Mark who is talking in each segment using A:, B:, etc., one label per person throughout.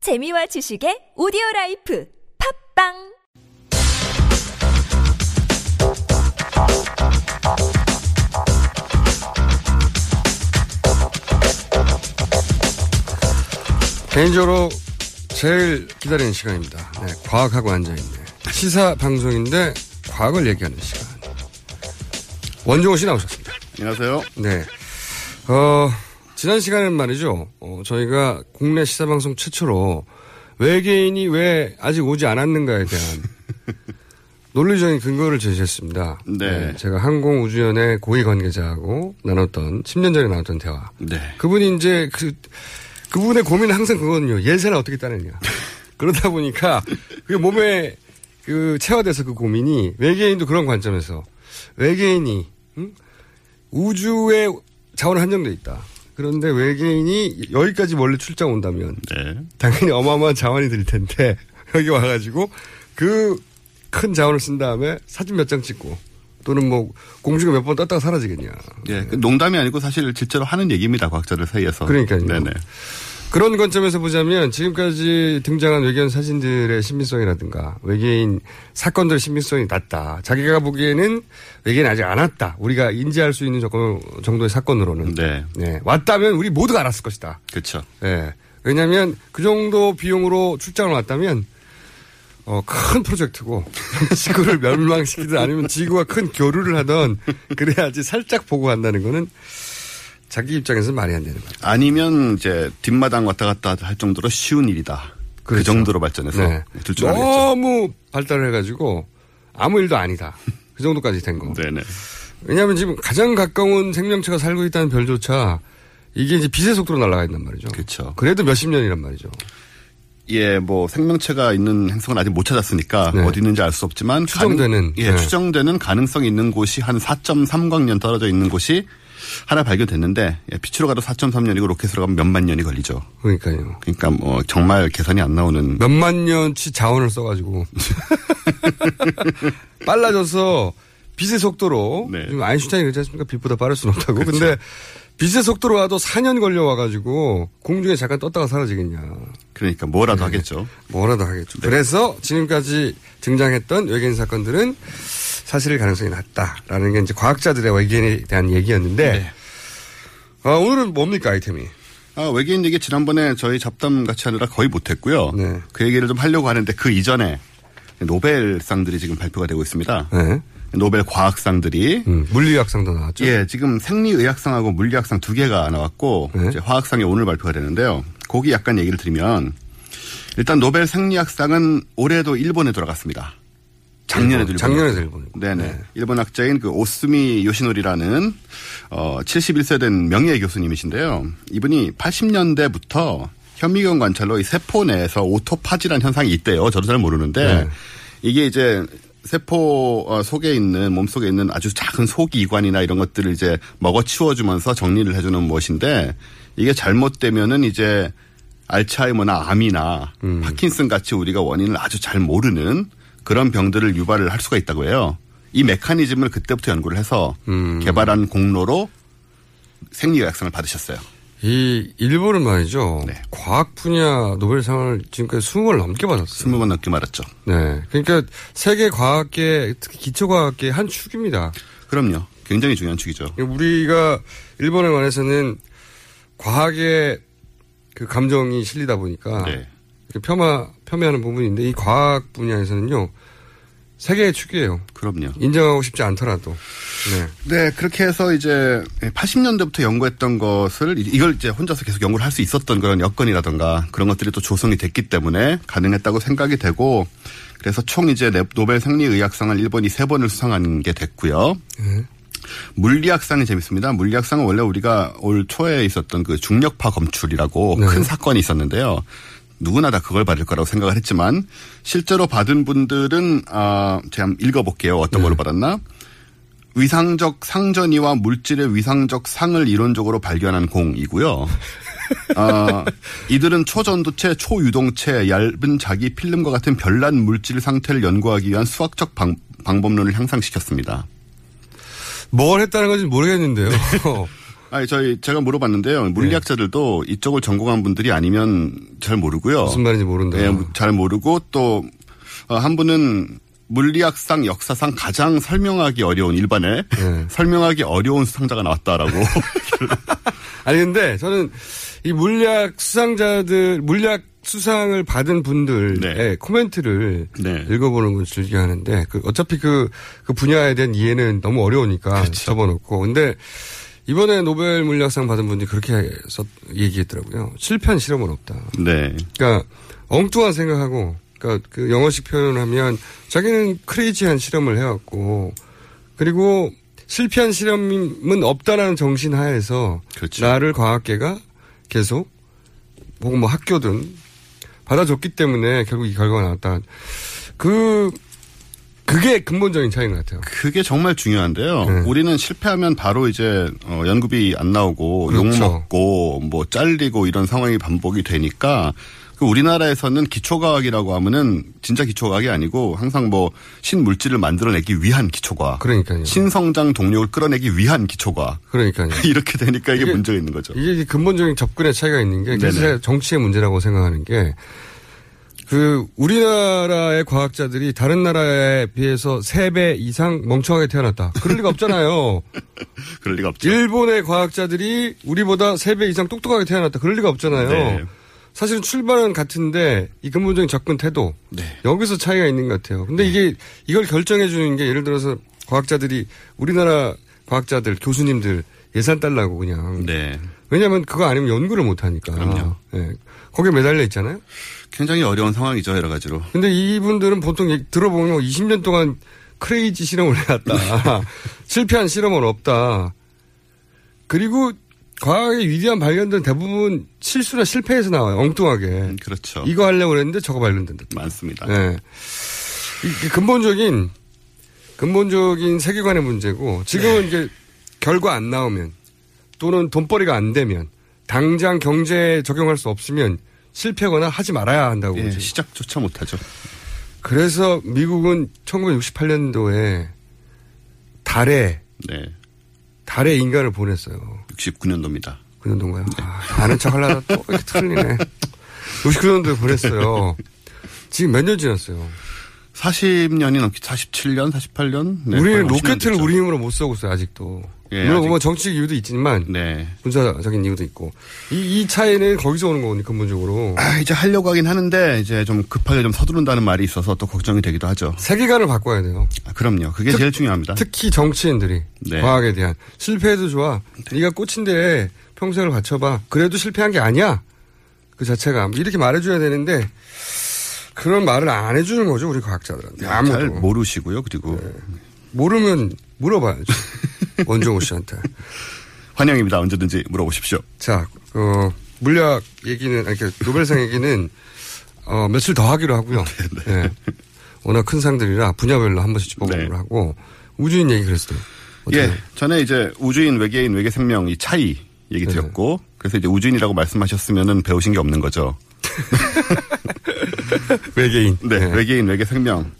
A: 재미와 지식의 오디오 라이프 팝빵
B: 개인적으로 제일 기다리는 시간입니다. 네, 과학하고 앉아있네. 시사 방송인데 과학을 얘기하는 시간. 원종호 씨 나오셨습니다.
C: 안녕하세요.
B: 네. 어, 지난 시간엔 말이죠. 어, 저희가 국내 시사 방송 최초로 외계인이 왜 아직 오지 않았는가에 대한 논리적인 근거를 제시했습니다.
C: 네.
B: 제가 항공우주연의 고위 관계자하고 나눴던 10년 전에 나눴던 대화.
C: 네.
B: 그분이 이제 그, 그분의 고민은 항상 그거거든요. 예산을 어떻게 따느냐. 그러다 보니까 그게 몸에 그 체화돼서 그 고민이 외계인도 그런 관점에서 외계인이 응? 우주의 자원 한정돼 있다. 그런데 외계인이 여기까지 멀리 출장 온다면
C: 네.
B: 당연히 어마어마한 자원이 들 텐데 여기 와가지고 그 큰 자원을 쓴 다음에 사진 몇 장 찍고 또는 뭐 공중에 몇 번 떴다가 사라지겠냐.
C: 예, 그 농담이 아니고 사실 실제로 하는 얘기입니다. 과학자들 사이에서.
B: 그러니까요.
C: 네네.
B: 그런 관점에서 보자면 지금까지 등장한 외계인 사진들의 신빙성이라든가 외계인 사건들의 신빙성이 낮다. 자기가 보기에는 외계인 아직 안 왔다. 우리가 인지할 수 있는 조건- 정도의 사건으로는
C: 네.
B: 네, 왔다면 우리 모두가 알았을 것이다.
C: 그렇죠.
B: 예. 왜냐하면 그 정도 비용으로 출장을 왔다면 어, 큰 프로젝트고 지구를 멸망시키든 아니면 지구와 큰 교류를 하던 그래야지 살짝 보고 한다는 거는 자기 입장에서 는 말이 안 되는 거예요.
C: 아니면 이제 뒷마당 왔다 갔다 할 정도로 쉬운 일이다. 그
B: 그렇죠.
C: 정도로 발전해서
B: 네.
C: 둘 중 하나겠죠.
B: 너무 발달을 해가지고 아무 일도 아니다. 그 정도까지 된 거.
C: 네네.
B: 왜냐하면 지금 가장 가까운 생명체가 살고 있다는 별조차 이게 이제 빛의 속도로 날아가 있단 말이죠.
C: 그쵸.
B: 래도 몇십 년이란 말이죠.
C: 예, 뭐 생명체가 있는 행성은 아직 못 찾았으니까
B: 네.
C: 어디 있는지 알 수 없지만
B: 추정되는,
C: 가능- 예,
B: 네.
C: 추정되는 가능성 있는 곳이 한 4.3광년 떨어져 있는 곳이 하나 발견됐는데 예, 빛으로 가도 4.3년이고 로켓으로 가면 몇만 년이 걸리죠.
B: 그러니까요.
C: 그러니까 뭐 정말 계산이 안 나오는
B: 몇만 년치 자원을 써가지고 빨라져서 빛의 속도로
C: 네.
B: 지금 아인슈타인이 그렇지 않습니까? 빛보다 빠를 수는 없다고. 근데 빛의 속도로 와도 4년 걸려와가지고 공중에 잠깐 떴다가 사라지겠냐.
C: 그러니까 뭐라도 하겠죠.
B: 뭐라도 하겠죠.
C: 네.
B: 그래서 지금까지 등장했던 외계인 사건들은 사실일 가능성이 낮다라는 게 이제 과학자들의 외계인에 대한 얘기였는데
C: 네.
B: 아, 오늘은 뭡니까 아이템이?
C: 아, 외계인 얘기 지난번에 저희 잡담 같이 하느라 거의 못했고요.
B: 네.
C: 그 얘기를 좀 하려고 하는데 그 이전에 노벨상들이 지금 발표가 되고 있습니다.
B: 네.
C: 노벨 과학상들이
B: 음, 물리학상도 나왔죠.
C: 예, 지금 생리의학상하고 물리학상 두 개가 나왔고 이제 화학상이 오늘 발표가 되는데요. 거기 약간 얘기를 드리면 일단 노벨 생리학상은 올해도 일본에 돌아갔습니다. 작년에도
B: 일본,
C: 일본.
B: 작년에도 일본이고.
C: 네네. 일본 학자인 그 오스미 요시노리라는 어 71세 된 명예 교수님이신데요. 이분이 80년대부터 현미경 관찰로 이 세포 내에서 오토파지라는 현상이 있대요. 저도 잘 모르는데 이게 이제 세포 어, 속에 있는 몸 속에 있는 아주 작은 소기관이나 이런 것들을 이제 먹어 치워주면서 정리를 해주는 무엇인데 이게 잘못되면은 이제 알츠하이머나 암이나 파킨슨 같이 우리가 원인을 아주 잘 모르는 그런 병들을 유발을 할 수가 있다고 해요. 이 메커니즘을 그때부터 연구를 해서 개발한 공로로 생리의학상을 받으셨어요.
B: 이 일본은 말이죠.
C: 네.
B: 과학 분야 노벨상을 지금까지 20걸 넘게 받았어요.
C: 20번 넘게 말았죠.
B: 네. 그러니까 세계 과학계 특히 기초 과학계 한 축입니다.
C: 그럼요. 굉장히 중요한 축이죠.
B: 그러니까 우리가 일본에 관해서는 과학의 그 감정이 실리다 보니까
C: 네.
B: 이렇게 폄하 폄하하는 부분인데 이 과학 분야에서는요 세계의 축이에요.
C: 그럼요.
B: 인정하고 싶지 않더라도 네.
C: 네, 그렇게 해서 이제 80년대부터 연구했던 것을 이- 이걸 이제 혼자서 계속 연구를 할 수 있었던 그런 여건이라든가 그런 것들이 또 조성이 됐기 때문에 가능했다고 생각이 되고 그래서 총 이제 네- 노벨 생리의학상을 일본이 세 번을 수상한 게 됐고요. 물리학상이 재밌습니다. 물리학상은 원래 우리가 올 초에 있었던 그 중력파 검출이라고 큰 사건이 있었는데요. 누구나 다 그걸 받을 거라고 생각을 했지만 실제로 받은 분들은 아 제가 한번 읽어볼게요. 어떤 걸로 받았나? 위상적 상전이와 물질의 위상적 상을 이론적으로 발견한 공이고요. 아, 이들은 초전도체, 초유동체, 얇은 자기 필름과 같은 별난 물질 상태를 연구하기 위한 수학적 방, 법론을 향상시켰습니다.
B: 뭘 했다는 건지 모르겠는데요.
C: 아니, 저희, 제가 물어봤는데요. 물리학자들도 이쪽을 전공한 분들이 아니면 잘 모르고요.
B: 네. 무슨 말인지 모른다.
C: 예, 잘 모르고 또, 어, 한 분은 물리학상, 역사상 가장 설명하기 어려운 일반에
B: 네.
C: 설명하기 어려운 수상자가 나왔다라고.
B: 아니 근데 저는 이 물리학 수상자들 물리학 수상을 받은 분들의
C: 네.
B: 코멘트를
C: 네.
B: 읽어보는 건 즐겨 하는데 그 어차피 그, 그 분야에 대한 이해는 너무 어려우니까
C: 그렇죠.
B: 접어놓고 근데 이번에 노벨 물리학상 받은 분이 그렇게 썼, 얘기했더라고요 실패한 실험은 없다
C: 네.
B: 그러니까 엉뚱한 생각하고 그러니까 그 영어식 표현을 하면 자기는 크레이지한 실험을 해왔고 그리고 실패한 실험은 없다라는 정신 하에서
C: 그렇죠.
B: 나를 과학계가 계속 혹은 뭐 학교든 받아줬기 때문에 결국 이 결과가 나왔다. 그 그게 근본적인 차이인 것 같아요.
C: 그게 정말 중요한데요.
B: 네.
C: 우리는 실패하면 바로 이제 어, 연구비 안 나오고
B: 그렇죠.
C: 욕 먹고 뭐 잘리고 이런 상황이 반복이 되니까 그 우리나라에서는 기초과학이라고 하면은 진짜 기초과학이 아니고 항상 뭐 신물질을 만들어내기 위한 기초과학,
B: 그러니까요.
C: 신성장 동력을 끌어내기 위한 기초과학
B: 그러니까요.
C: 이렇게 되니까 이게
B: 이게-
C: 문제가 있는 거죠.
B: 그렇죠. 이게 이제 근본적인 접근의 차이가 있는 게 그래서
C: 네네.
B: 제가 정치의 문제라고 생각하는 게 그 우리나라의 과학자들이 다른 나라에 비해서 세 배 이상 멍청하게 태어났다. 그럴 리가 없잖아요.
C: 그럴 리가 없죠.
B: 일본의 과학자들이 우리보다 세 배 이상 똑똑하게 태어났다. 그럴 리가 없잖아요.
C: 네.
B: 사실은 출발은 같은데 이 근본적인 접근 태도
C: 네.
B: 여기서 차이가 있는 것 같아요. 근데 이게 이걸 결정해 주는 게 예를 들어서 과학자들이 우리나라 과학자들 교수님들 예산 달라고 그냥
C: 네.
B: 왜냐하면 그거 아니면 연구를 못 하니까.
C: 그럼요.
B: 예. 거기에 매달려 있잖아요.
C: 굉장히 어려운 상황이죠 여러 가지로.
B: 근데 이분들은 보통 얘기- 들어보면 20년 동안 크레이지 실험을 해왔다. 실패한 실험은 없다. 그리고 과학의 위대한 발견들은 대부분 실수나 실패에서 나와요. 엉뚱하게.
C: 그렇죠.
B: 네. 이거 하려고 했는데 저거 발견된다.
C: 많습니다.
B: 예. 이- 이 근본적인 근본적인 세계관의 문제고 지금은 이제 결과 안 나오면 또는 돈벌이가 안 되면 당장 경제에 적용할 수 없으면 실패거나 하지 말아야 한다고
C: 예,
B: 보죠.
C: 시작조차 못하죠.
B: 그래서 미국은 1968년도에 달에
C: 네.
B: 달에 인간을 보냈어요.
C: 69년도입니다.
B: 그 정도인가요? 아, 아는 척 하려다 또 이렇게 틀리네. 69년도에 보냈어요. 지금 몇 년 지났어요?
C: 40년이 넘게 47년, 48년. 네,
B: 우리는
C: 거의 50년
B: 로켓을
C: 됐죠.
B: 우리 힘으로 못 쏘고 있어요, 아직도.
C: 예,
B: 물론
C: 아직-
B: 뭐 정치적 이유도 있지만,
C: 네.
B: 군사적인 이유도 있고. 이, 이 차이는 거기서 오는 거거든요, 근본적으로.
C: 아, 이제 하려고 하긴 하는데 이제 좀 급하게 좀 서두른다는 말이 있어서 또 걱정이 되기도 하죠.
B: 세계관을 바꿔야 돼요.
C: 아, 그럼요. 그게 제일 중요합니다.
B: 특히 정치인들이
C: 아. 네.
B: 과학에 대한 실패해도 좋아. 네가 꽃인데 평생을 바쳐봐. 그래도 실패한 게 아니야. 그 자체가 이렇게 말해줘야 되는데 그런 말을 안 해주는 거죠 우리 과학자들한테
C: 잘
B: 아무도 네.
C: 모르시고요. 그리고
B: 모르면 물어봐야죠 원종우 씨한테.
C: 환영입니다. 언제든지 물어보십시오.
B: 자, 어, 물리학 얘기는, 아니, 그러니까 노벨상 얘기는, 어, 며칠 더 하기로 하고요. 예. 워낙 큰 상들이라 분야별로 한 번씩 짚어보기로
C: 네.
B: 하고, 우주인 얘기 그랬어요. 어떻게
C: 예. 전에 이제 우주인, 외계인, 외계 생명 이 차이
B: 네.
C: 얘기 드렸고 그래서 이제 우주인이라고 말씀하셨으면은 배우신 게 없는 거죠.
B: 외계인.
C: 네,
B: 예.
C: 외계인 외계 생명.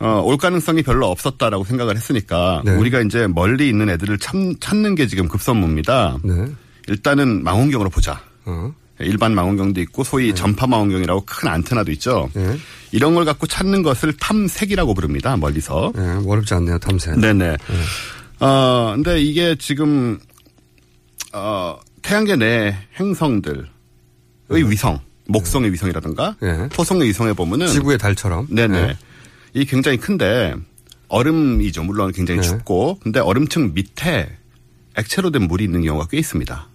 C: 어, 올 가능성이 별로 없었다라고 생각을 했으니까
B: 네.
C: 우리가 이제 멀리 있는 애들을 참, 찾는 게 지금 급선무입니다.
B: 네.
C: 일단은 망원경으로 보자.
B: 어.
C: 일반 망원경도 있고 소위 전파 망원경이라고 큰 안테나도 있죠.
B: 네.
C: 이런 걸 갖고 찾는 것을 탐색이라고 부릅니다. 멀리서.
B: 예, 어렵지 않네요, 탐색.
C: 네네. 어, 근데 이게 지금, 어, 태양계 내 행성들의
B: 네.
C: 위성, 목성의 위성이라든가,
B: 예.
C: 토성의 위성에 보면은,
B: 지구의 달처럼.
C: 네네.
B: 예.
C: 이 굉장히 큰데, 얼음이죠. 물론 굉장히
B: 네.
C: 춥고, 근데 얼음층 밑에 액체로 된 물이 있는 경우가 꽤 있습니다.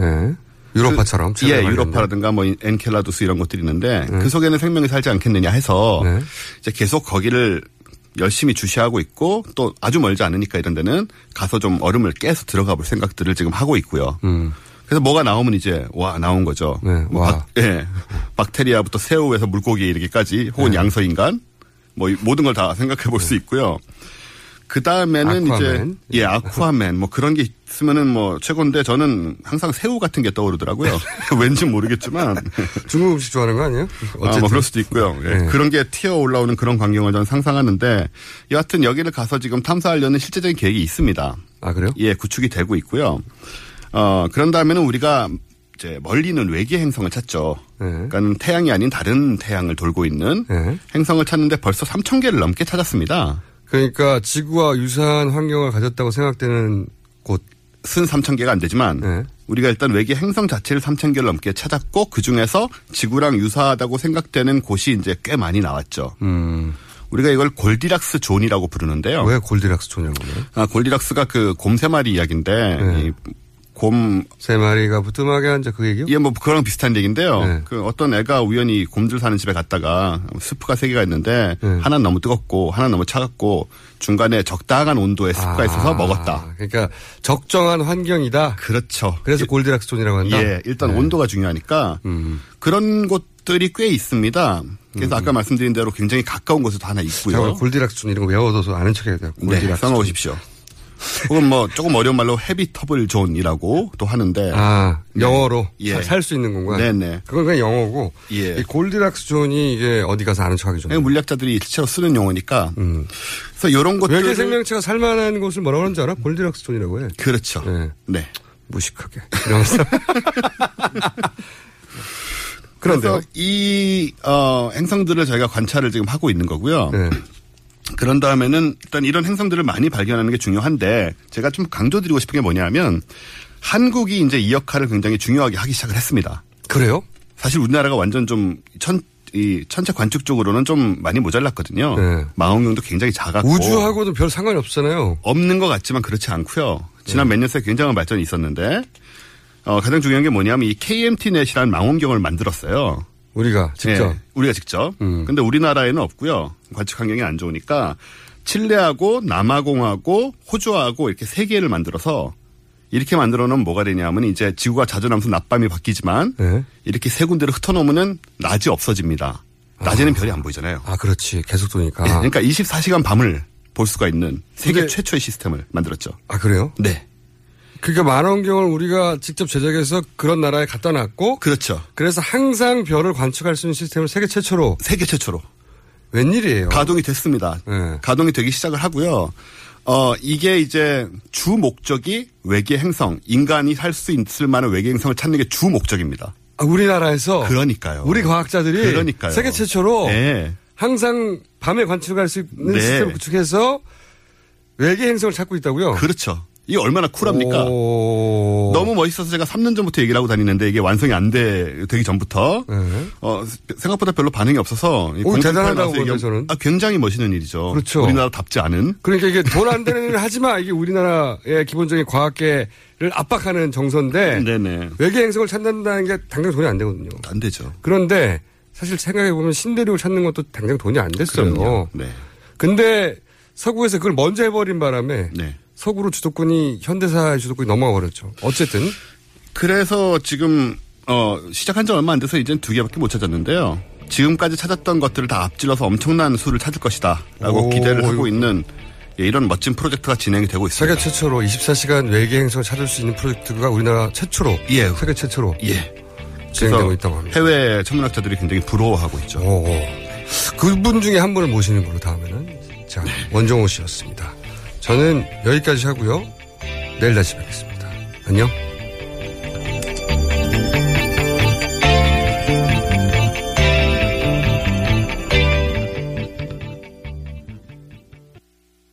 B: 예. 유로파처럼.
C: 그, 예, 유로파라든가 뭐 엔켈라두스 이런 것들이 있는데 그 속에는 생명이 살지 않겠느냐 해서
B: 네.
C: 이제 계속 거기를 열심히 주시하고 있고 또 아주 멀지 않으니까 이런 데는 가서 좀 얼음을 깨서 들어가 볼 생각들을 지금 하고 있고요. 그래서 뭐가 나오면 이제 와 나온 거죠.
B: 네,
C: 뭐
B: 와.
C: 박, 예. 박테리아부터 새우에서 물고기 이렇게까지 혹은 양서인간 뭐 이- 모든 걸 다 생각해 볼 수 있고요. 그 다음에는 이제
B: 아쿠아맨?
C: 예 아쿠아맨 뭐 그런 게 있으면은 뭐 최고인데 저는 항상 새우 같은 게 떠오르더라고요. 왠지 모르겠지만
B: 중국 음식 좋아하는 거 아니에요?
C: 아, 뭐 그럴 수도 있고요. 예,
B: 네.
C: 그런 게 튀어 올라오는 그런 광경을 저는 상상하는데 여하튼 여기를 가서 지금 탐사하려는 실제적인 계획이 있습니다.
B: 아, 그래요?
C: 예 구축이 되고 있고요. 어, 그런 다음에는 우리가 이제 멀리 있는 외계 행성을 찾죠.
B: 네.
C: 그러니까 태양이 아닌 다른 태양을 돌고 있는
B: 네.
C: 행성을 찾는데 벌써 3천 개를 넘게 찾았습니다.
B: 그러니까 지구와 유사한 환경을 가졌다고 생각되는 곳.
C: 순 3천 개가 안 되지만
B: 네.
C: 우리가 일단 외계 행성 자체를 3천 개를 넘게 찾았고 그 중에서 지구랑 유사하다고 생각되는 곳이 이제 꽤 많이 나왔죠. 우리가 이걸 골디락스 존이라고 부르는데요.
B: 음. 왜 골디락스 존이라고요?
C: 아, 골디락스가 그 곰 세 마리 이야기인데
B: 네.
C: 이 곰,
B: 세 마리가 부뚜막에 앉아 그 얘기요?
C: 이게 뭐 그거랑 비슷한 얘기인데요.
B: 네.
C: 그 어떤 애가 우연히 곰들 사는 집에 갔다가 스프가 세 개가 있는데
B: 네.
C: 하나는 너무 뜨겁고 하나는 너무 차갑고 중간에 적당한 온도의 스프가 있어서 먹었다.
B: 아, 그러니까 적정한 환경이다.
C: 그렇죠.
B: 그래서 골디락스 존이라고 한다.
C: 예, 일단
B: 네.
C: 온도가 중요하니까
B: 음.
C: 그런 곳들이 꽤 있습니다. 그래서 아까 말씀드린 대로 굉장히 가까운 곳에도 하나
B: 잠깐
C: 있고요.
B: 골디락스 존 이런 거 외워둬서 아는 척해야 돼요.
C: 뭐. 네,
B: 골디락스 존.
C: 써놓으십시오. 혹은 뭐 조금 어려운 말로 헤비터블 존이라고 또 하는데
B: 아, 영어로
C: 예.
B: 살 수 있는 공간.
C: 네네.
B: 그건 그냥 영어고.
C: 예.
B: 이 골디락스 존이 이게 어디 가서 아는 척하기 좋네.
C: 그냥 예, 물리학자들이 실제로 쓰는 용어니까. 그래서 이런 것들
B: 외계 음. 생명체가 살만한 곳을 뭐라고 하는지 알아? 골디락스 존이라고 해.
C: 그렇죠.
B: 네.
C: 네.
B: 무식하게. 이러면서. 그런데요.
C: 그래서 이 어, 행성들을 저희가 관찰을 지금 하고 있는 거고요.
B: 네.
C: 그런 다음에는 일단 이런 행성들을 많이 발견하는 게 중요한데 제가 좀 강조드리고 싶은 게 뭐냐면 한국이 이제 이 역할을 굉장히 중요하게 하기 시작을 했습니다.
B: 그래요?
C: 사실 우리나라가 완전 좀 천, 이 천체 관측 쪽으로는 좀 많이 모자랐거든요.
B: 네.
C: 망원경도 굉장히 작았고
B: 우주하고도 별 상관이 없잖아요.
C: 없는 것 같지만 그렇지 않고요. 지난
B: 네.
C: 몇 년 사이 굉장한 발전이 있었는데 어, 가장 중요한 게 뭐냐면 이 KMT 넷이라는 망원경을 만들었어요.
B: 우리가 직접. 음.
C: 예, 우리가 직접. 근데 우리나라에는 없고요. 관측 환경이 안 좋으니까 칠레하고 남아공하고 호주하고 이렇게 세 개를 만들어서 이렇게 만들어 놓으면 뭐가 되냐면 이제 지구가 자주 남서 낮밤이 바뀌지만
B: 네.
C: 이렇게 세 군데를 흩어 놓으면은 낮이 없어집니다. 낮에는 별이 안 보이잖아요.
B: 아, 그렇지. 계속 도니까.
C: 예, 그러니까 24시간 밤을 볼 수가 있는 세계
B: 아. 근데-
C: 최초의 시스템을 만들었죠.
B: 아, 그래요?
C: 네.
B: 그러니까 만원경을 우리가 직접 제작해서 그런 나라에 갖다 놨고.
C: 그렇죠.
B: 그래서 항상 별을 관측할 수 있는 시스템을 세계 최초로.
C: 세계 최초로
B: 웬일이에요?
C: 가동이 됐습니다.
B: 네.
C: 가동이 되기 시작을 하고요. 어, 이게 이제 주 목적이 외계 행성, 인간이 살 수 있을 만한 외계 행성을 찾는 게 주 목적입니다.
B: 아, 우리나라에서
C: 그러니까요.
B: 우리 과학자들이
C: 그러니까요.
B: 세계 최초로
C: 네.
B: 항상 밤에 관측할 수 있는
C: 네.
B: 시스템을 구축해서 외계 행성을 찾고 있다고요.
C: 그렇죠. 이게 얼마나 쿨합니까?
B: 오.
C: 너무 멋있어서 제가 3년 전부터 얘기를 하고 다니는데 이게 완성이 안 돼, 되기 전부터.
B: 네.
C: 어, 생각보다 별로 반응이 없어서. 이
B: 오,
C: 공중파에
B: 대단하다고
C: 나와서
B: 보는데,
C: 얘기하면-
B: 저는.
C: 아, 굉장히 멋있는 일이죠.
B: 그렇죠.
C: 우리나라답지 않은.
B: 그러니까 이게 돈 안 되는 일을 하지 마. 이게 우리나라의 기본적인 과학계를 압박하는 정서인데
C: 네네.
B: 외계 행성을 찾는다는 게 당장 돈이 안 되거든요.
C: 안 되죠.
B: 그런데 사실 생각해 보면 신대륙을 찾는 것도 당장 돈이 안 됐어요.
C: 그럼요. 네.
B: 근데 서구에서 그걸 먼저 해버린 바람에
C: 네.
B: 서구로 주도권이 현대사의 주도권이 넘어가 버렸죠. 어쨌든
C: 그래서 지금 어, 시작한 지 얼마 안 돼서 이제 두 개밖에 못 찾았는데요. 지금까지 찾았던 것들을 다 앞질러서 엄청난 수를 찾을 것이다라고
B: 오,
C: 기대를 하고
B: 이거.
C: 있는 예, 이런 멋진 프로젝트가 진행이 되고
B: 세계
C: 있습니다.
B: 최초로 24시간 외계 행성을 찾을 수 있는 프로젝트가 우리나라 최초로
C: 예.
B: 세계 최초로
C: 예.
B: 진행되고 있다고 합니다.
C: 해외 천문학자들이 굉장히 부러워하고 있죠.
B: 오, 오. 그분 중에 한 분을 모시는 걸로 다음에는 자
C: 네.
B: 원종호 씨였습니다. 저는 여기까지 하고요. 내일 다시 뵙겠습니다. 안녕.